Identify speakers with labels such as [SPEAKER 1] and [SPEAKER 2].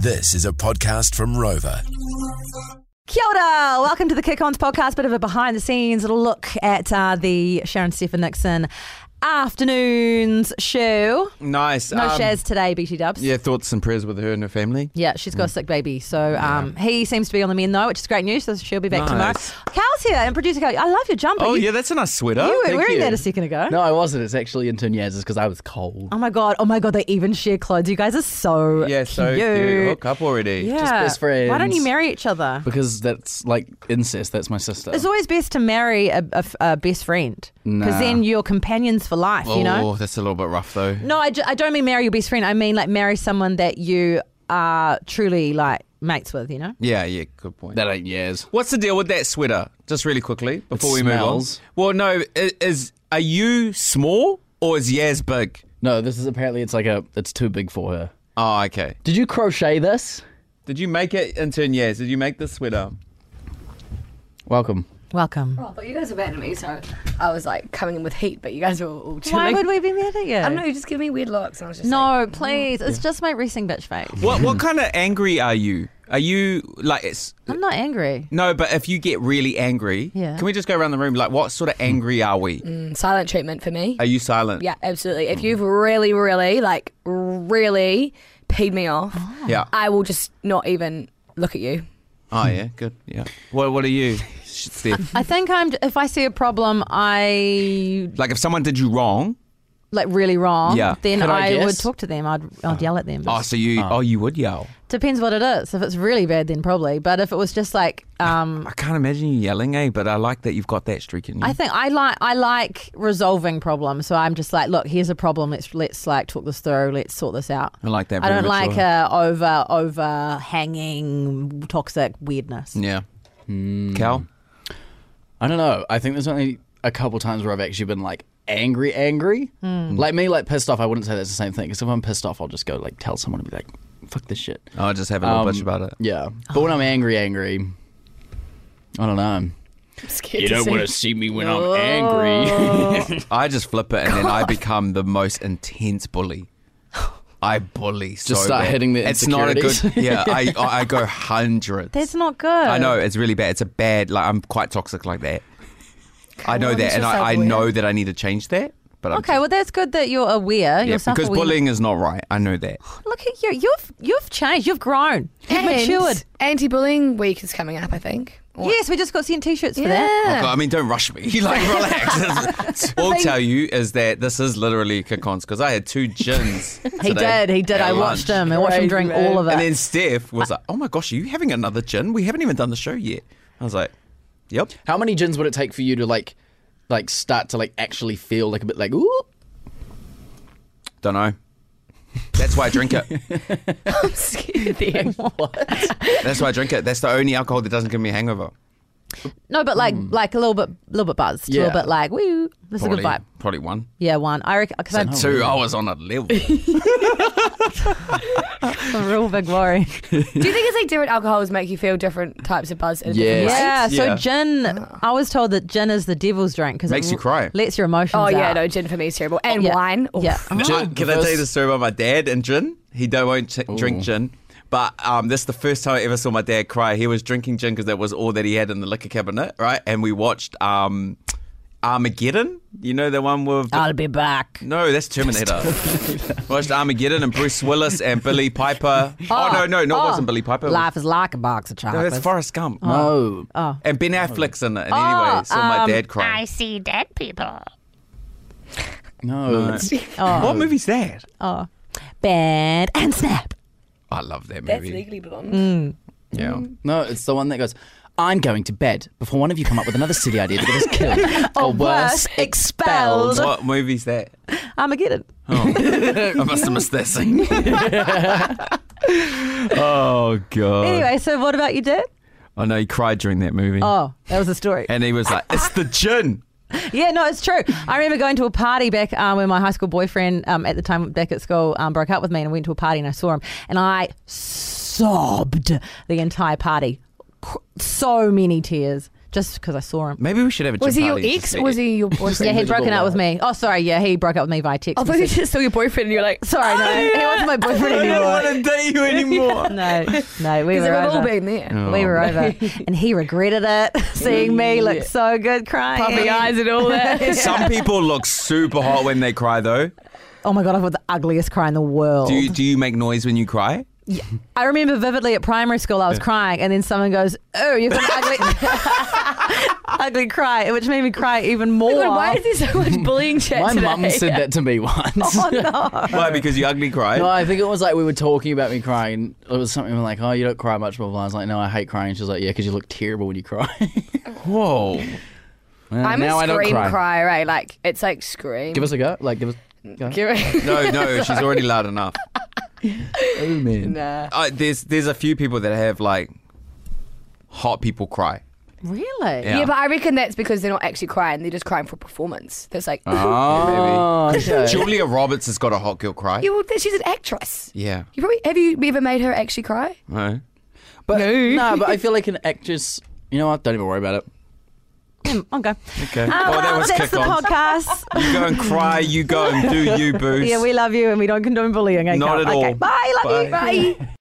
[SPEAKER 1] This is a podcast from Rover.
[SPEAKER 2] Kia ora. Welcome to the Kick Ons podcast. Bit of a behind the scenes look at uh, the Sharon Stephen Nixon afternoons show.
[SPEAKER 3] Nice.
[SPEAKER 2] No
[SPEAKER 3] um,
[SPEAKER 2] shares today, BT Dubs.
[SPEAKER 3] Yeah, thoughts and prayers with her and her family.
[SPEAKER 2] Yeah, she's got a sick baby. So um, he seems to be on the mend, though, which is great news. So she'll be back tomorrow.
[SPEAKER 3] Nice.
[SPEAKER 2] Cal's here and producer Cal. I love your jumper.
[SPEAKER 3] Oh,
[SPEAKER 2] you,
[SPEAKER 3] yeah, that's a nice sweater.
[SPEAKER 2] you were
[SPEAKER 3] Thank
[SPEAKER 2] wearing
[SPEAKER 3] you.
[SPEAKER 2] that a second ago.
[SPEAKER 4] No, I wasn't. It's actually in Tunyaz's because I was cold.
[SPEAKER 2] Oh, my God. Oh, my God. They even share clothes. You guys are so
[SPEAKER 3] Yeah, so cute. Hook up already.
[SPEAKER 2] Yeah.
[SPEAKER 4] best
[SPEAKER 2] Why don't you
[SPEAKER 4] friends.
[SPEAKER 2] marry each other?
[SPEAKER 4] Because that's like incest. That's my sister.
[SPEAKER 2] It's always best to marry a, a- a best friend because
[SPEAKER 4] Nah.
[SPEAKER 2] then you're companions for life,
[SPEAKER 3] Oh,
[SPEAKER 2] you know?
[SPEAKER 3] that's a little bit rough though.
[SPEAKER 2] No, I, ju- I don't mean marry your best friend. I mean like marry someone that you are truly like mates with, you know?
[SPEAKER 3] Yeah, yeah, good point.
[SPEAKER 4] That ain't Yaz.
[SPEAKER 3] What's the deal with that sweater? Just really quickly before we
[SPEAKER 4] smells.
[SPEAKER 3] move on. Well, no, i- is are you small or is Yaz big?
[SPEAKER 4] No, this is apparently it's like a it's too big for her.
[SPEAKER 3] Oh, okay.
[SPEAKER 4] Did you crochet this?
[SPEAKER 3] Did you make it into Yaz? Did you make this sweater?
[SPEAKER 4] Welcome.
[SPEAKER 2] Welcome.
[SPEAKER 5] Oh, but you guys were mad at me, so I was like coming in with heat, but you guys were all chilling.
[SPEAKER 2] Why would we be mad at you?
[SPEAKER 5] I don't know, you just give me weird looks, and I was just like,
[SPEAKER 2] No, please. It's just my resting bitch face.
[SPEAKER 3] What what kind of angry are you? Are you like it's
[SPEAKER 2] I'm not angry.
[SPEAKER 3] no, but if you get really angry,
[SPEAKER 2] Yeah.
[SPEAKER 3] can we just go around the room? Like, what sort of angry are we?
[SPEAKER 5] "Mm, silent treatment for me.
[SPEAKER 3] Are you silent?
[SPEAKER 5] yeah, absolutely. If you've really, really, like, really peed me off,
[SPEAKER 3] Yeah.
[SPEAKER 5] I will just not even look at you.
[SPEAKER 3] Oh yeah, good. Yeah. What What are you, Steph?
[SPEAKER 2] I think I'm. If I see a problem, I
[SPEAKER 3] like, if someone did you wrong?
[SPEAKER 2] like really wrong.
[SPEAKER 3] Yeah.
[SPEAKER 2] Then
[SPEAKER 4] Could I
[SPEAKER 2] I, would
[SPEAKER 4] guess? Uh,
[SPEAKER 2] talk to them. I'd I'd yell at them.
[SPEAKER 3] Oh, so you? Oh, you would yell.
[SPEAKER 2] Depends what it is. If it's really bad, then probably. But if it was just like, um,
[SPEAKER 3] I can't imagine you yelling, eh? But I like that you've got that streak in you.
[SPEAKER 2] I think I like I like resolving problems. So I'm just like, look, here's a problem. Let's let's like talk this through. Let's sort this out.
[SPEAKER 3] I like that.
[SPEAKER 2] I
[SPEAKER 3] very
[SPEAKER 2] don't like
[SPEAKER 3] mature.
[SPEAKER 2] uh, over over hanging toxic weirdness.
[SPEAKER 3] Yeah.
[SPEAKER 4] Hmm.
[SPEAKER 3] Cal.
[SPEAKER 4] I don't know. I think there's only a couple times where I've actually been like angry, angry. Like me, like pissed off. I wouldn't say that's the same thing. Because if I'm pissed off, I'll just go like tell someone and be like, "Fuck this shit."
[SPEAKER 3] I'll just have a little
[SPEAKER 4] Um,
[SPEAKER 3] bitch about it.
[SPEAKER 4] Yeah. But when I'm angry, angry, I don't know.
[SPEAKER 5] I'm scared
[SPEAKER 4] You
[SPEAKER 5] to
[SPEAKER 4] don't
[SPEAKER 5] see.
[SPEAKER 4] want to see me when I'm angry.
[SPEAKER 3] I just flip it, and then I become the most intense bully. I bully. Just
[SPEAKER 4] start hitting the
[SPEAKER 3] It's not a good.
[SPEAKER 4] insecurities.
[SPEAKER 3] Yeah, I I I go hundreds.
[SPEAKER 2] That's not good.
[SPEAKER 3] I know it's really bad. It's a bad. Like I'm quite toxic like that. I know
[SPEAKER 5] on,
[SPEAKER 3] that,
[SPEAKER 5] it's
[SPEAKER 3] and
[SPEAKER 5] just
[SPEAKER 3] I, I
[SPEAKER 5] like weird.
[SPEAKER 3] know that I need to change that. But I'm
[SPEAKER 2] Okay, well that's good that you're aware.
[SPEAKER 3] Yeah,
[SPEAKER 2] you're
[SPEAKER 3] because
[SPEAKER 2] self-aware.
[SPEAKER 3] bullying is not right. I know that.
[SPEAKER 2] Look at you. You've you've changed. You've grown. You've matured.
[SPEAKER 5] Anti-bullying week is coming up, I think. Or-
[SPEAKER 2] Yes, we just got sent t-shirts for that.
[SPEAKER 5] Yeah.
[SPEAKER 3] God, I mean, don't rush me. Like, relax. All I'll tell you is that this is literally kick-ons because I had two gins.
[SPEAKER 2] He
[SPEAKER 3] today
[SPEAKER 2] did. He did.
[SPEAKER 3] at
[SPEAKER 2] I
[SPEAKER 3] lunch.
[SPEAKER 2] watched him. I watched him
[SPEAKER 4] Crazy,
[SPEAKER 2] drink
[SPEAKER 4] man.
[SPEAKER 2] all of it.
[SPEAKER 3] And then Steph was like, "Oh my gosh, are you having another gin? We haven't even done the show yet." I was like, "Yep."
[SPEAKER 4] How many gins would it take for you to like, like start to like actually feel like a bit like ooh?
[SPEAKER 3] Don't know. That's why I drink it.
[SPEAKER 5] I'm scared there.
[SPEAKER 3] That's why I drink it. That's the only alcohol that doesn't give me a hangover.
[SPEAKER 2] no, but like
[SPEAKER 3] Hmm.
[SPEAKER 2] like a little bit little bit buzzed. A
[SPEAKER 4] Yeah.
[SPEAKER 2] little bit like woo. This
[SPEAKER 3] Probably,
[SPEAKER 2] is a good vibe.
[SPEAKER 3] probably one.
[SPEAKER 2] Yeah, one. I reckon because I'm
[SPEAKER 3] Two, I was on a level.
[SPEAKER 2] a real big worry.
[SPEAKER 5] Do you think it's like different alcohols make you feel different types of buzz? in different
[SPEAKER 4] Yes.
[SPEAKER 5] ways?
[SPEAKER 2] Yeah, so
[SPEAKER 3] Yeah.
[SPEAKER 2] gin.
[SPEAKER 5] Ah.
[SPEAKER 2] I was told that gin is the devil's drink because
[SPEAKER 3] Makes you cry.
[SPEAKER 2] Lets your emotions.
[SPEAKER 5] Oh yeah,
[SPEAKER 2] out.
[SPEAKER 5] no, gin for me is terrible, and
[SPEAKER 2] Yeah.
[SPEAKER 5] wine. Oof.
[SPEAKER 2] Yeah.
[SPEAKER 4] Gin-
[SPEAKER 3] Can I
[SPEAKER 4] the
[SPEAKER 3] tell you the
[SPEAKER 4] first-
[SPEAKER 3] story about my dad and gin? He don't won't t- drink gin. But um, this is the first time I ever saw my dad cry. He was drinking gin because that was all that he had in the liquor cabinet, right? And we watched um, Armageddon. You know the one with
[SPEAKER 2] I'll be back.
[SPEAKER 3] no, that's Terminator. watched Armageddon and Bruce Willis and Billy Piper. Oh, no, no, no, it
[SPEAKER 2] Oh.
[SPEAKER 3] wasn't Billy Piper. It was-
[SPEAKER 2] Life is like a box of
[SPEAKER 3] no,
[SPEAKER 2] chocolates.
[SPEAKER 3] that's Forrest Gump.
[SPEAKER 4] Oh,
[SPEAKER 3] And Ben Affleck's in it. And anyway, saw my
[SPEAKER 2] um,
[SPEAKER 3] dad cry.
[SPEAKER 6] see dead people.
[SPEAKER 4] no.
[SPEAKER 3] What movie's that?
[SPEAKER 2] Bad and snap.
[SPEAKER 3] I love that
[SPEAKER 5] That's
[SPEAKER 3] movie.
[SPEAKER 5] legally blonde.
[SPEAKER 3] Mm. yeah.
[SPEAKER 4] No, it's the one that goes, I'm going to bed before one of you come up with another silly idea to get us killed. or worse, expelled.
[SPEAKER 3] What movie's that?
[SPEAKER 2] Armageddon.
[SPEAKER 3] I must have missed that scene. oh god!
[SPEAKER 2] Anyway, so what about you, Dad?
[SPEAKER 3] I know he cried during that movie,
[SPEAKER 2] Oh, that was a story.
[SPEAKER 3] and he was like, "It's the gin."
[SPEAKER 2] Yeah, no, it's true. I remember going to a party back um, when my high school boyfriend um, at the time back at school um, broke up with me and I went to a party and I saw him and I sobbed the entire party. Cr- So many tears. just because I saw him.
[SPEAKER 3] Maybe we should have a
[SPEAKER 5] Was
[SPEAKER 3] gym
[SPEAKER 5] he your
[SPEAKER 3] party and
[SPEAKER 5] ex?
[SPEAKER 3] just
[SPEAKER 5] Was
[SPEAKER 3] let-
[SPEAKER 5] he your boyfriend?
[SPEAKER 2] Yeah, he'd
[SPEAKER 4] Invisible
[SPEAKER 2] broken up
[SPEAKER 4] Wall.
[SPEAKER 2] with me. Oh, sorry. Yeah, he broke up with me via text.
[SPEAKER 5] I thought you
[SPEAKER 2] message.
[SPEAKER 5] just saw your boyfriend and you're like,
[SPEAKER 2] Sorry, no,
[SPEAKER 5] Oh,
[SPEAKER 2] he wasn't my boyfriend
[SPEAKER 3] I don't want
[SPEAKER 2] anymore.
[SPEAKER 3] to date you anymore.
[SPEAKER 2] No, no, we were
[SPEAKER 5] because we've all
[SPEAKER 2] over.
[SPEAKER 5] been Oh. there.
[SPEAKER 4] Mm.
[SPEAKER 2] We were over, and he regretted it. Seeing me look so good, crying,
[SPEAKER 5] Puppy eyes and all that.
[SPEAKER 3] Some people look super hot when they cry, though.
[SPEAKER 2] Oh my god, I've got the ugliest cry in the world.
[SPEAKER 3] Do you, do you make noise when you cry?
[SPEAKER 2] I remember vividly at primary school, I was crying, and then someone goes, "Oh, you've got an ugly, ugly cry," which made me cry even more.
[SPEAKER 5] God, why is there so much bullying chat
[SPEAKER 4] My
[SPEAKER 5] today?
[SPEAKER 4] mum said that to me once.
[SPEAKER 3] Why? Because you ugly cry.
[SPEAKER 4] No, I think it was like we were talking about me crying. It was something like, "Oh, you don't cry much." Blah blah. blah. I was like, "No, I hate crying." She was like, "Yeah, because you look terrible when you cry."
[SPEAKER 3] Whoa.
[SPEAKER 4] Well,
[SPEAKER 5] I'm
[SPEAKER 4] now
[SPEAKER 5] a
[SPEAKER 4] I don't
[SPEAKER 5] scream
[SPEAKER 4] cry.
[SPEAKER 5] cry, right? Like it's like scream.
[SPEAKER 4] Give us a go. Like, give us. Go.
[SPEAKER 5] Give it-
[SPEAKER 3] No, no, she's already loud enough.
[SPEAKER 4] oh man.
[SPEAKER 5] nah.
[SPEAKER 3] Uh, there's there's a few people that have like hot people cry.
[SPEAKER 2] really?
[SPEAKER 3] Yeah.
[SPEAKER 5] Yeah, but I reckon that's because they're not actually crying; they're just crying for performance. That's like,
[SPEAKER 4] Uh-huh. Oh, okay.
[SPEAKER 3] Julia Roberts has got a hot girl cry.
[SPEAKER 5] yeah, well, that- she's an actress.
[SPEAKER 3] Yeah.
[SPEAKER 5] You probably have you ever made her actually cry?
[SPEAKER 3] No.
[SPEAKER 4] but no. nah, but I feel like an actress. You know what? Don't even worry about it.
[SPEAKER 2] Mm, okay.
[SPEAKER 3] Okay.
[SPEAKER 2] Uh,
[SPEAKER 3] oh, that
[SPEAKER 2] well,
[SPEAKER 3] was
[SPEAKER 2] that's
[SPEAKER 3] kick
[SPEAKER 2] the
[SPEAKER 3] on.
[SPEAKER 2] podcast.
[SPEAKER 3] You go and cry. You go and do you, booze.
[SPEAKER 2] yeah, we love you, and we don't condone bullying. Okay,
[SPEAKER 3] Not at
[SPEAKER 2] okay.
[SPEAKER 3] all.
[SPEAKER 2] Bye. Love you.
[SPEAKER 3] Bye.
[SPEAKER 2] Bye.